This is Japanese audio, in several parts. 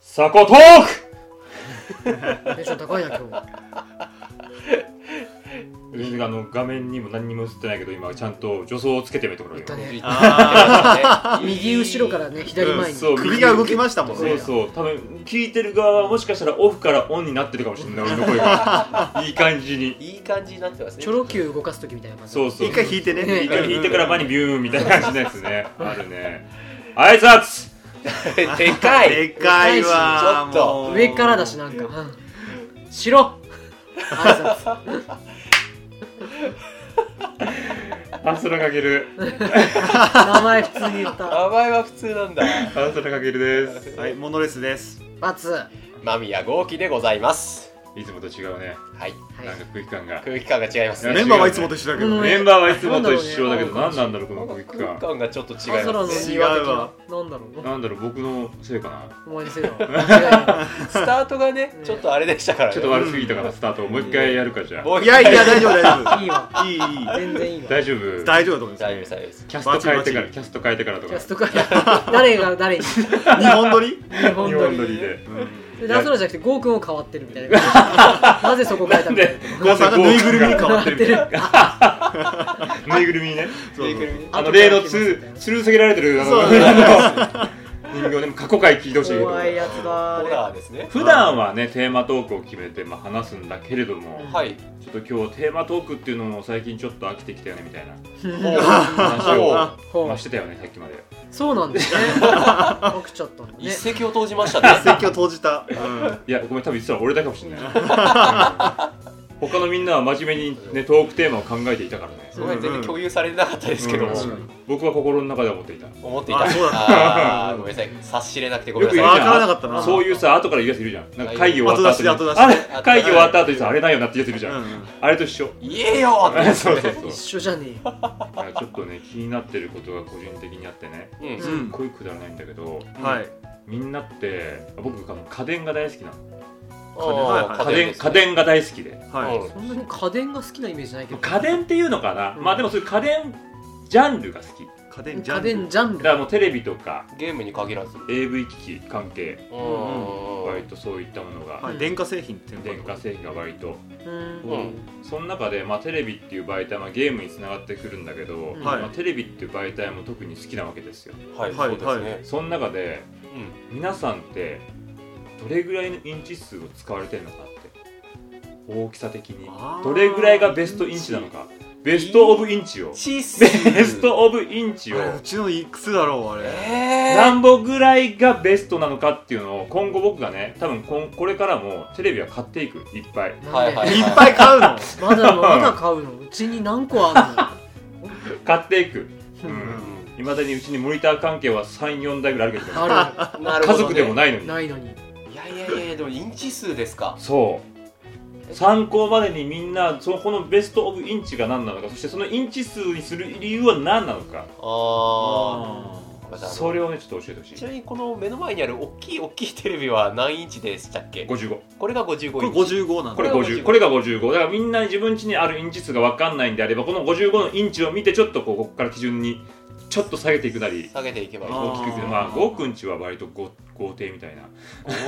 サコトーテンション高いな今日クあの画面にも何にも映ってないけど今ちゃんと助走をつけてみてくれ言ったねあー右後ろからね左前に、そう首が動きましたもんそうねそう多分聞いてる側はもしかしたらオフからオンになってるかもしれない俺の声がいい感じにいい感じになってますねチョロ Q 動かす時みたいな感じそうそう一回引いてねね一回引いてから前にビューンみたいな感じのやつねあるね挨拶でかいでかいわちょっともう上からだしなんかうん白挨拶半袖かける名前普通に言った名前は普通なんだ半袖かけるですはいモノレスです罰は間宮豪輝でございますいつもと違うねはいなんか空気感が空気感が違いますやねメンバーはいつもと一緒だけどうんねメンバーはいつもと一緒だけどな何んなんだろうこの空気空気感感がちょっと違い空のますね庭的違うわななんだろうなんだろう僕のせいかなお前のせいだわ間違いスタートがねちょっとあれでしたからちょっとね悪すぎたからスタートをもう一回やるかじゃあもうい一や回いや大丈夫大な丈いいいわ 夫いいいい全然いいわ大丈夫大丈夫だと思いま大丈夫ですす大丈夫ですキャスト変えてかバチバらチキャスト変えてからとキかャスト会誰が誰に日日本撮り本日本撮り撮でりででダンスローじゃなくてゴーくんを変わってるみたいな 感じなぜそこ変えたなんみたいでな郷さんがぬいぐるみに変わってる みたいなぬいぐるみにねそうそうあの例のつ吊る下げられてるあのそうあの人形ね過去回聞いてほしいけど怖いやつだホーラーですね普段はねテーマトークを決めてまあ話すんだけれどもはいちょっと今日テーマトークっていうのも最近ちょっと飽きてきたよねみたいな話をもうほまあうしてたよねさっきまでそうなんですね 僕ちゃったんだ一ね石を投じまし たね席を投じたうんいやごめん多分実は俺だけかもしれないうん他のみんなは真面目にねトークテーマを考えていたからねすごい全然共有されてなかったですけどもうん僕は心の中では思っていた思っていたあそうだあーごめんなさい察しれなくてごめんなよさくわ言いからなかったなそういうさ後から言うやついるじゃんなんか会議終わった後に後出しで後出しであれ会議終わった後にさあれないよなって言うやついるじゃん、うんあれと一緒言えよーっ てそうそうそう一緒じゃねえいやちょっとね気になってることが個人的にあってねうんううんんこういうくだらないんだけどはいみんなって僕あの家電が大好きなのあー家電家電が大好きではいそんなに家電が好きなイメージないけど家電っていうのかな、うんまあでもそういう家電ジャンルが好き家電ジャ家ンル電ジャンだルからもうテレビとかゲームに限らずう AV 機器関係ん割とそういったものが、はい電化製品っていうのかな電化製品が割とうんうんその中で、まあ、テレビっていう媒体、まあ、ゲームにつながってくるんだけど、はいまあ、テレビっていう媒体も特に好きなわけですよはいはいそうですねその中で皆さんってどれぐらいのインチ数を使われてるのかって大きさ的にあーどれぐらいがベストインチなのかベストオブインチをチースベストオブインチをあれうちのいくつだろうあれ え何本ぐらいがベストなのかっていうのを今後僕がね多分こんこれからもテレビは買っていくいっぱいなんではいはいいっぱい買うのまだまだ買うのうちに何個あ買っていくるのいまだにうちにモニター関係は34台ぐらいあるけどあなるほ家ど族でもねないのるにないのにいやいやいやでもインチ数ですかそう参考までにみんなそこのベスト・オブ・インチが何なのかそしてそのインチ数にする理由は何なのかああそれをねちょっと教えてほしちいなみにこの目の前にある大きい大きいテレビは何インチでしたっけ55これが55こイれンチ55なんこだれこれが50これが55だからみんな自分家にあるインチ数が分かんないんであればこの55のインチを見てちょっとこうここから基準にちょっと下げていくなり下げていけばいいあ大きくいくあーまあゴーくんちは割とご豪邸みたいな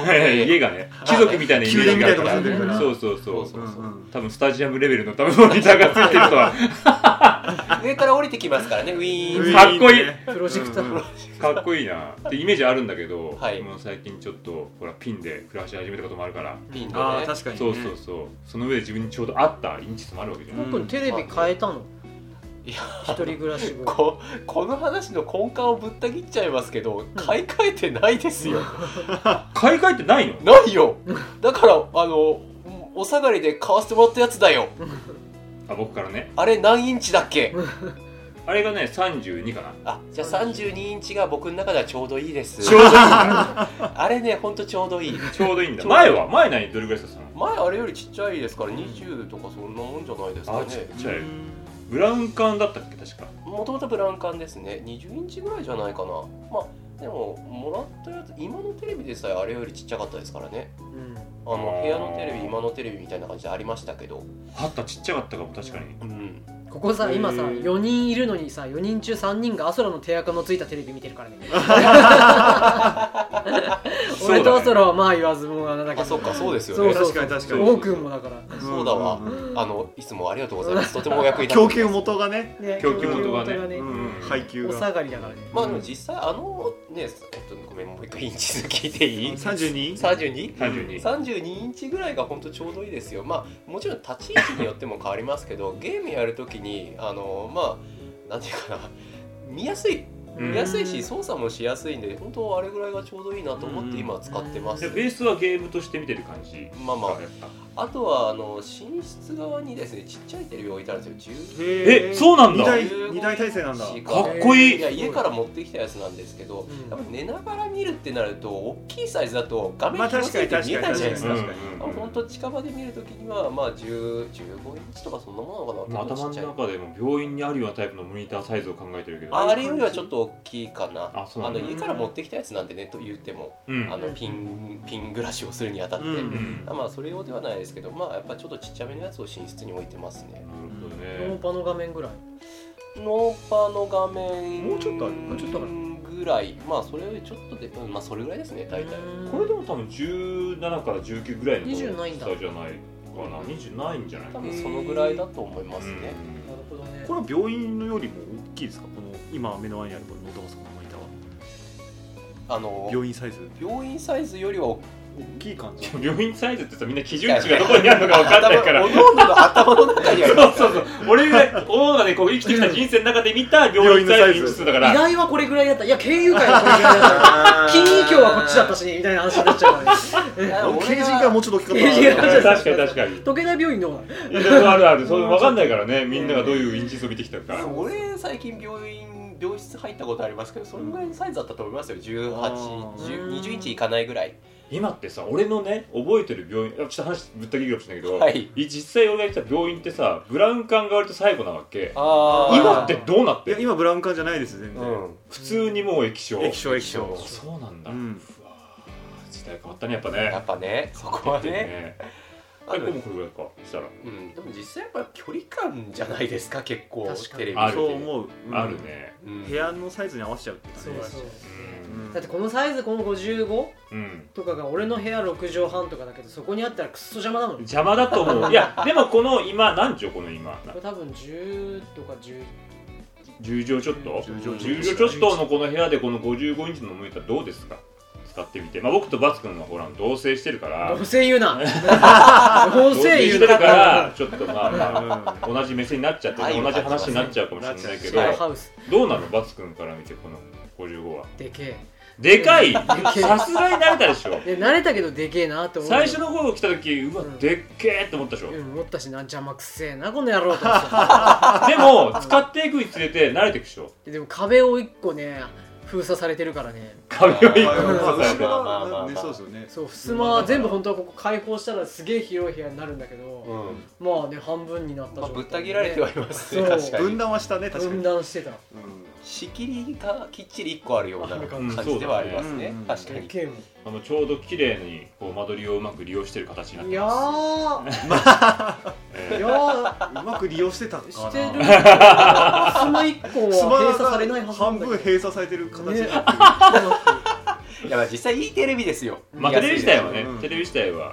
邸家が ね貴族みたいなイメージがあるから宮殿みたいなとこ住んでるからそうそうそうそううんうん多分スタジアムレベルの多分モニターがついてるとは上から降りてきますからねウィーンかっこいいプロジェクターうんうんかっこいいなってイメージあるんだけど、はいもう最近ちょっとほらピンで暮らし始めたこともあるから、ピンあのあね確かにねそうそうそうその上で自分にちょうど合ったインチスもあるわけじゃない、うん僕にテレビ変えたのいや一人暮らし後ここの話の根幹をぶった切っちゃいますけど買い替えてないですよ買い替えてないのないよだからあのお下がりで買わせてもらったやつだよあ僕からねあれ何インチだっけあれがね32かなあじゃあ32インチが僕の中ではちょうどいいですちょうどいいんだ あれねほんとちょうどいいちょうどいいんだちょうどい前いは前何どれぐらいだったの前あれよりちっちゃいですから20とかそんなもんじゃないですかあちっねちゃいブラウン管だったっけ確かもともとブラウン管ですね20インチぐらいじゃないかなまあでももらったやつ今のテレビでさえあれよりちっちゃかったですからねうんあのあー部屋のテレビ今のテレビみたいな感じでありましたけどあったちっちゃかったかも確かにうんここさへー今さ4人いるのにさ4人中3人がアソラの手垢のついたテレビ見てるからねそそうだね俺とそらはまあ言わずもがなだけどあそっかそうですよそうねそうそう確かに確かに王くんもだからんそうだわんあのいつもありがとうございますとてもお役に立って供ます給元がねね供給元がね供給うんうん配給おが下がりだからねまあでも実際あのねえっとごめんもう一回インチ数聞いていい 32? 32? 32 32インチぐらいが本当ちょうどいいですよまあもちろん立ち位置によっても変わりますけどゲームやるときにあのまあなんていうかな見やすいうん見やすいし操作もしやすいんで本当あれぐらいがちょうどいいなと思って今使ってますでベースはゲームとして見てる感じまあまあやっぱあとはあの寝室側にですねちっちゃいテレビ置いてあるんですよ10えそうなんだ二台二台体制なんだかっこいいいや家から持ってきたやつなんですけど、うんやっぱ寝ながら見るってなると大きいサイズだと画面まあ広すぎて見えないじゃないですか。うん確かにあ本当近場で見るときにはまあ10 15インチとかそんなもんなのかな。頭のちっちゃい中でも病院にあるようなタイプのモニターサイズを考えてるけどああれよりはちょっと大きいかな。あそうなんのだ家から持ってきたやつなんてねと言っても、うんあのピンピン暮らしをするにあたって、うんうんあまあそれ用ではないですけど、まあやっぱちょっとちっちゃめのやつを寝室に置いてますね。なノーるパの画面ぐらいノーパーの画面もうちょっとあるもうちょっとあるぐらいまあそれよりちょっとで、うんまあそれぐらいですね大体ほうどんねこれでも多分17から19ぐらいの20ないんだ大きさじゃないかな20ないんじゃない多かな分そのぐらいだと思いますね、なるほどねこれは病院のよりも大きいですかこの今目の前にあるこのノートパソコンのモニターはあの病院サイズ病院サイズよりは大き大きい感じうん病院サイズってさみんな基準値がどこにあるのか分かんない からおのおのの頭の中にあそるう そうそう俺がおおがねこう生きてきた人生の中で見た病院サイズインチ数だか依ら頼はこれぐらいだったいや経由会はこれぐらいだった 金融協はこっちだったしみたいな話になっちゃうからね刑事がもうちょっと大きかったな刑事が確かに確かに時計台病院の方だいやでもあるあるそれ分かんないからねみんながどういうインチ数を見てきたかでも俺最近病院病室入ったことありますけどそれぐらいのサイズだったと思いますよあー1820インチいかないぐらい今ってさ俺のね覚えてる病院あちょっと話ぶった切るかもしれないけど、はいい実際俺が行った病院ってさブラウン管が割と最後なわけあー今ってどうなっいてやる今ブラウン管じゃないです全う然ん普通にもう液晶液晶液晶あそうなんだ、ううんわー時代変わったねやっぱねやっぱねそこは ねねあえのでもこれぐらいかしたら、うん、でも実際やっぱ距離感じゃないですか結構確かにテレビあるそう思う、うんあるねうん部屋のサイズに合わせちゃうって感じそうそううんだってこのサイズこの55うん、とかが俺の部屋6畳半とかだけどそこにあったらくっそ邪魔だもんこ邪魔だと思 ういやでもこの今何畳この今れ多分10とか11 10畳ちょっと10畳10畳ちょっとのこの部屋でこの55インチのモニターどうですか使ってみて、まあ、僕とバツ君はほら同棲してるから同性言う な同同棲性して言うるかならちょっとまあまあう同じ目線になっちゃってはい同じ話になっちゃうかもしれないけどなシェっアハウスどうなのバツ君から見てこの55はでけでかいでけえさすがに慣れたでしょえで慣れたけどでけえなって思う最初の頃来た時うわうんでっけえって思ったでしょうでん思ったしな邪魔くせえなこの野郎と思ってたも使っていくにつれて慣れていくでしょででも壁を1個ね封鎖されてるからね壁を一個まあまあ支えてまあまあまあまあ後ろがねそうですよねそう襖は全部本当はここ開放したらすげえ広い部屋になるんだけど、うんまあね半分になったまあ、状態でぶった切られてはいますねそう確かに分断はしたね確か分に断してた仕切りがきっちり1個あるようなあるかも感じではありますね、うん確かでにけえもんあのちょうど綺麗にこう間取りをうまく利用してる形になっいてやまーすえいえやーうんうまく利用してたんかなしてるス襖一個マは閉が鎖されないはずなん半だ分け閉鎖されてる形ねになっいやまあ実際いいテレビですよまあテレビ自体はねうんテレビ自体はう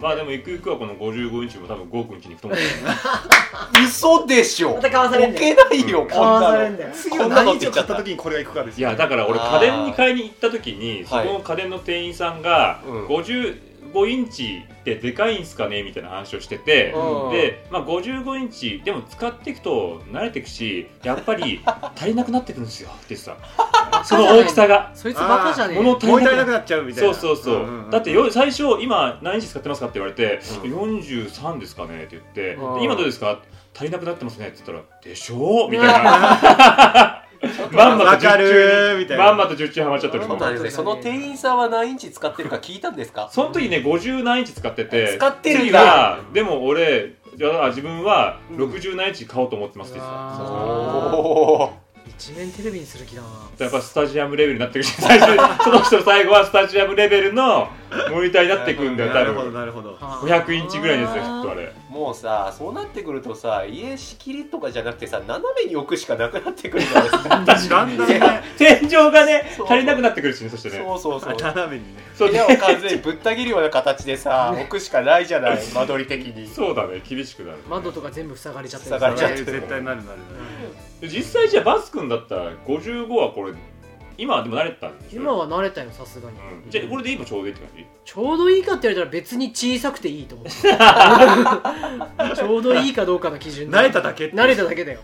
まあでもゆくゆくはこの55インチも多分5インチに太ももん嘘でしょまた買わされん置ねけないよ、うん買わこんさなれのんだよてる次こはんなの何って言日をっちゃ買っったた時にこれがいくかですいよやだから俺あー家電に買いに行った時にそはいこの家電の店員さんがうん55インチってでかいんすかねみたいな話をしててうんで、まあ、55インチでも使っていくと慣れていくしやっぱり足りなくなってくるんですよ って言ってたその大きさがそいつバカじゃねえ物よ足もうりな足くなりっなくなっちゃうみたいそなうそうそう,、んんんだってよ最初今何インチ使ってますかって言われて、うん43ですかねって言って、うんで今どうですか足りなくなってますねって言ったらでしょうみたいなまんまわと10かる中ーみたいなまんまと10中ハマっちゃってるそもうんなんですねその店員さんは何インチ使ってるか聞いたんですかその時ね50何インチ使ってて使ってるんだ次はでも俺いや自分は60何インチ買おうと思ってますって言ってたうわおーそうおー地面テレビにする気だなやっぱスタジアムレベルになってくるし最終その人の最後はスタジアムレベルのモニターになってくんだよな多るほど分なるほ ど500インチぐらいのやつだよきっとあれもうさそうなってくるとさ家仕切りとかじゃなくてさ斜めに置くしかなくなってくるじゃないですかだんだんね天井がねそう足りなくなってくるし ねそしてねそうそうそう斜めにねそう部屋を完全にぶった切るような形でさ置くしかないじゃない間取り的 にそうだね厳しくなるね窓とか全部塞がれちゃって塞がれちゃってる絶対なるなるなる実際じゃあバス君だったら55はこれ今はでも慣れてたんでしょ今は慣れたよさすがに、うんじゃあこれで今ちょうどいいって感じちょうどいいかって言われたら別に小さくていいと思 うちょうどいいかどうかの基準慣れただけって慣れただけだよ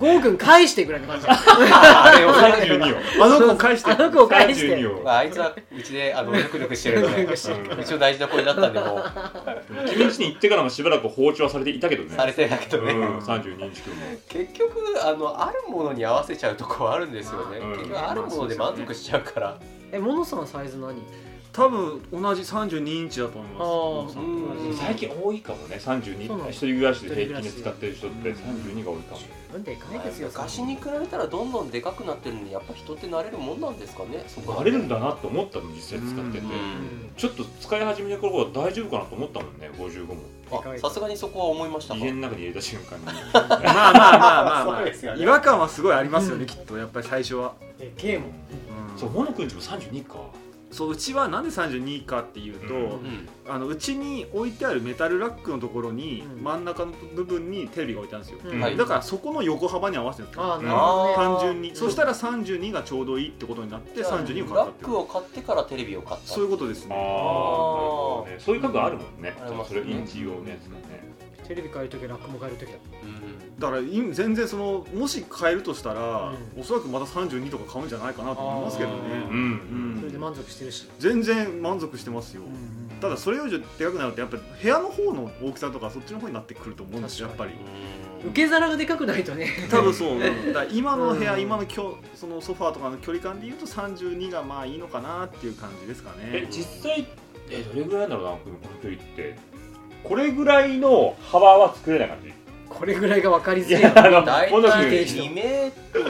ゴーくん返してぐらいの感じあれを32を あの子を返してあの子を返して32をまあ、あいつはうちであのぬくぬくしてるんぬくでぬく してる一応大事な声だったんでもう君んちに行ってからもしばらく包丁はされていたけどねされてたけどね、うん32日くんも結局あのあるものに合わせちゃうとこはあるんですよね、うん結局あるもので満足しちゃうから、えモノさんサイズ何多分同じ32インチだと思いますあーうん最近多いかもね32そうなの一人暮らしで平均で使ってる人ってうん32が多いかもなんでいかないですよ昔に比べたらどんどんでかくなってるんでやっぱ人って慣れるもんなんですかねそこは慣れるんだなと思ったの実際使っててううんんちょっと使い始めた頃は大丈夫かなと思ったもんね55もあさすがにそこは思いましたか家の中に入れた瞬間にまあまあまあまあまそうあですよね違和感はすごいありますようねんきっとやっぱり最初はえゲームうんそうほのくんちも32かそううちはなんで32かっていうとううんあのうちに置いてあるメタルラックのところにうん真ん中の部分にテレビが置いてあるんですようんはいだからそこの横幅に合わせてるんですあよあなるほどね単純にそしたらら32がちょうどいいってことになってじゃあ32を買ラっッたっていクうを買ってからテレビを買ったそういうことですああねねそういう角あるもんねありますそねれインチ用のやつがねテレビ変えるときはラックも変えるときだうんだからい全然そのもし変えるとしたら、うんおそらくまた32とか買うんじゃないかなと思いますけどねううんんそれで満足してるし全然満足してますよ、ただだそれよりでかくなるとやっぱり部屋の方の大きさとかそっちの方になってくると思うんですよやっ確ぱかりうん受け皿がでかくないとね多分そう、うんだから今の部屋、うん今のきょそのソファーとかの距離感でいうと32がまあいいのかなっていう感じですかえね実際えどれぐらいなんだろうなこの距離ってこれぐらいの幅は作れない感じこれぐらいが分かりづいらいやあの大ほのくん体2メートル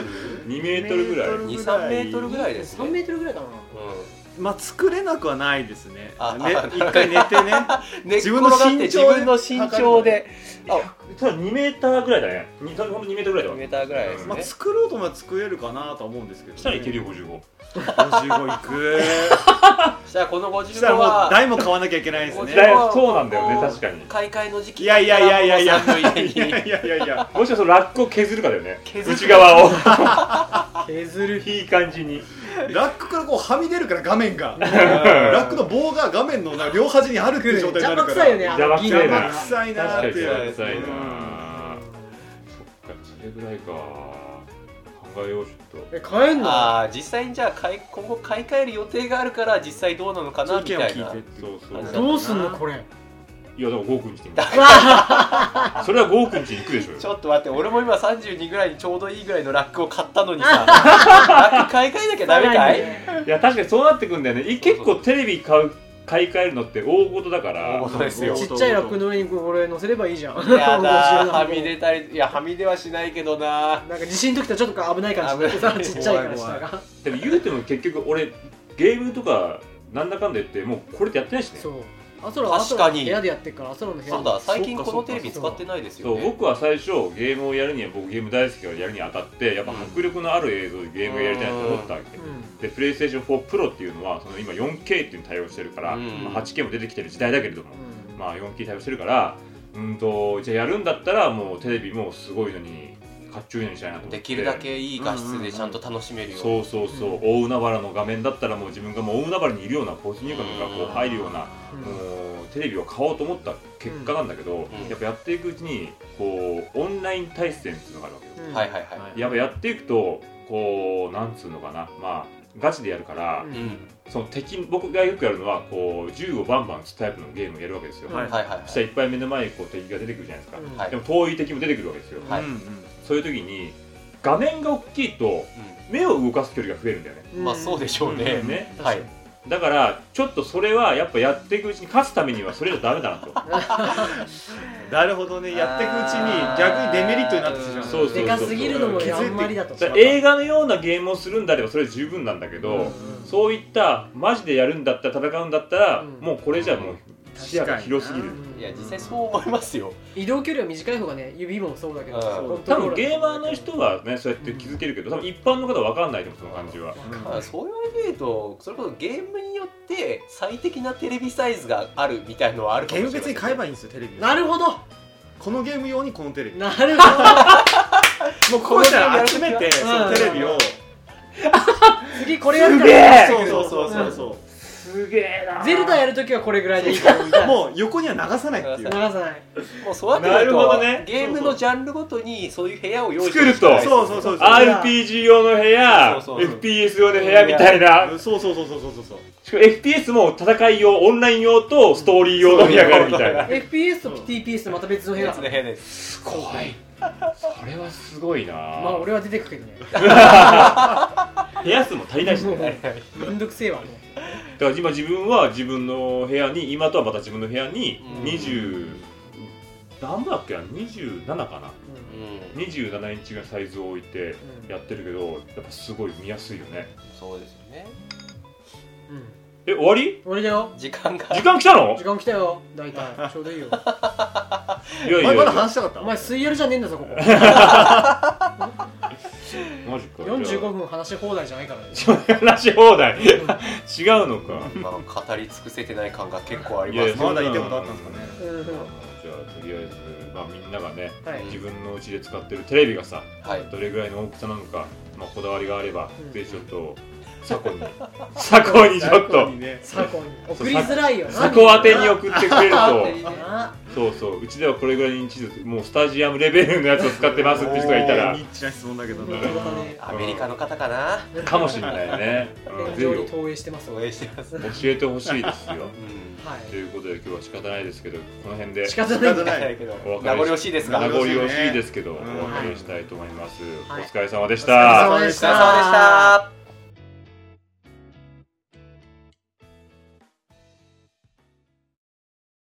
2メートルぐらい2、3メートルぐらいです3ねメートルぐらいかなまあ作れなくはないですねあね一回寝てねうん、寝っ転自分のがって身自長で分の身長でただ2メーターぐらいだねに多分ほんと2メートルぐらいだ2わメーターぐらいですまあね作ろうと思えば作れるかなとは思うんですけど、ね、したらい けるよ55 55いくそしたらこのそ50したら個もうは台も買わなきゃいけないですねだねいぶそうなんだよね確かに買い替えの時期いやいやいやいやいやもう寒いいやいやいやいやもしかしたらラックを削るかだよ ね削る内側を 削るいい感じにラックからこうはみ出るから画面がラックの棒が画面のな両端にあるっていう状態にな邪る魔かくらさいよねあ邪魔のく銀さいのな邪が魔く確かさいなーにっそてれくさいないううそっんかそれぐらいか考えようちょっとえ買えんのああ実際にじゃあ買い今後買い替える予定があるから実際どうなのかそなういうみ意見をたいな聞いてってそうそうあどうすんのこれいやでもゴーくんちに行く それはゴーくんちに行くでしょちょっと待って俺も今32ぐらいにちょうどいいぐらいのラックを買ったのにさラック買い替えなきゃダメかいいや確かにそうなってくんだよねい結構テレビ買う買い替えるのって大事だから大事ですよちっちゃいラックの上にこれ乗せればいいじゃんい面白やだいなーはみ出たりいやはみ出はしないけどななんか地震の時とちょっと危ない感じ危さないちっちゃいから下がでも言うても結局俺ゲームとかなんだかんだ言ってもうこれってやってないしねそそうアソラ確かはに部屋でやってるからアソラの部屋そうだ最近そうこかのテレビ使ってないですようね僕は最初ゲームをやるには僕ゲーム大好きからやるにあたってやっぱ迫力のある映像でゲームをやりたいなと思ったわけ、うでプレイステーション4プロっていうのはその今 4K っていうのに対応してるから、うんまあ、8K も出てきてる時代だけれども、んまあ 4K 対応してるからうんとじゃあやるんだったらもうテレビもすごいのにかっちょいのにしたいなと思ってできるだけいい画質でちゃんと楽しめるようにそうそうそう、大海原の画面だったらもう自分がもう大海原にいるような没入感がこう入るような、もうテレビを買おうと思った結果なんだけど、うんやっぱやっていくうちにこうオンライン対戦っていうのがあるわけよ、うんはいはいはい、はいやっぱやっていくとこうなんつうのかなまあガチでやるから、ううんその敵僕がよくやるのはこう銃をバンバン撃つタイプのゲームをやるわけですよ、はいはいはいはそしたらいいっぱい目の前にこう敵が出てくるじゃないですか、うんはいでも遠い敵も出てくるわけですよ、はいうんうんそういう時に画面が大きいと目を動かす距離が増えるんだよねうんまあそうでしょうね、ね確はかいにだからちょっとそれはやっぱやっていくうちに勝つためにはそれじゃダメだなとなるほどねやっていくうちに逆にデメリットになってきてしまうそうそうそうでかすぎるのも気づいあてんまりだとだから映画のようなゲームをするんであればそれは十分なんだけど、そういったマジでやるんだったら戦うんだったら、うんもうこれじゃもう視野が広すぎるいや実際そう思いますよ移動距離は短い方がね指もそうだけどうんそう多分ゲーマーの人はねそうやって気づけるけど多分一般の方は分かんないと思うその感じはまあそう言われてみるとそれこそゲームによって最適なテレビサイズがあるみたいのはあるかゲもしーれなムい別に買えばいいんですよテレビをなるほどこのゲーム用にこのテレビなるほどもうこうしたら集めてそのテレビを次これやるかすらそうそうそうそううそすげえなんゼルダやるときはこれぐらいでいいからみたういなもう横には流さないっていう流さないもうそうなってなくるるほとどねゲームのジャンルごとにそういう部屋を用意作るとしそうそうそうそう RPG 用の部屋そうそうそう FPS 用の部屋みたいなそうそうそうそうそうそうそうしかも FPS も戦い用オンライン用とストーリー用の部屋があるみたいな FPS と TPS とまた別の部屋別の部屋ですすごい それはすごいなまあ俺は出てくけどね部屋数も足りないしも ねうめんどくせえわもうだから今自分は自分の部屋に今とはまた自分の部屋にうん20、何だっけな27かなうんうん27インチぐらいのサイズを置いてうんやってるけどやっぱすごい見やすいよねそうですよねうんえ終わり俺だよ時間が時間来た の時間来たよ大体ちょうどいいよいやいおや前いまだや話したかっおた前水やるじゃねえんだぞここマジか45分話し放題じゃないからねじゃあ 話し放題違うのかまあ語り尽くせてない感が結構ありいまやすねまだ言いたいことあったんですかねうんうんじゃあとりあえず、まあ、みんながねはい自分のうちで使ってるテレビがさはいどれぐらいの大きさなのか、まあ、こだわりがあれば、うんぜひちょっと車庫に車庫にちょっと最高に送りづらいよな車庫宛てに送ってくれるいいとねなそうそううちではこれぐらいの認知度もうスタジアムレベルのやつを使ってますって人がいたらニッチな質問だけど本当なだねアメリカの方かなかもしれないね、うん、非常にぜ投影してます応はい援してますひ教えてほしいですようんということで今日は仕方ないですけどこの辺で仕方ないんだだからけどお別れ名残惜しいですが名お疲残れ様で惜しいですけど、んお別れしたいと思います、はいお疲れ様でした、お疲れ様でしした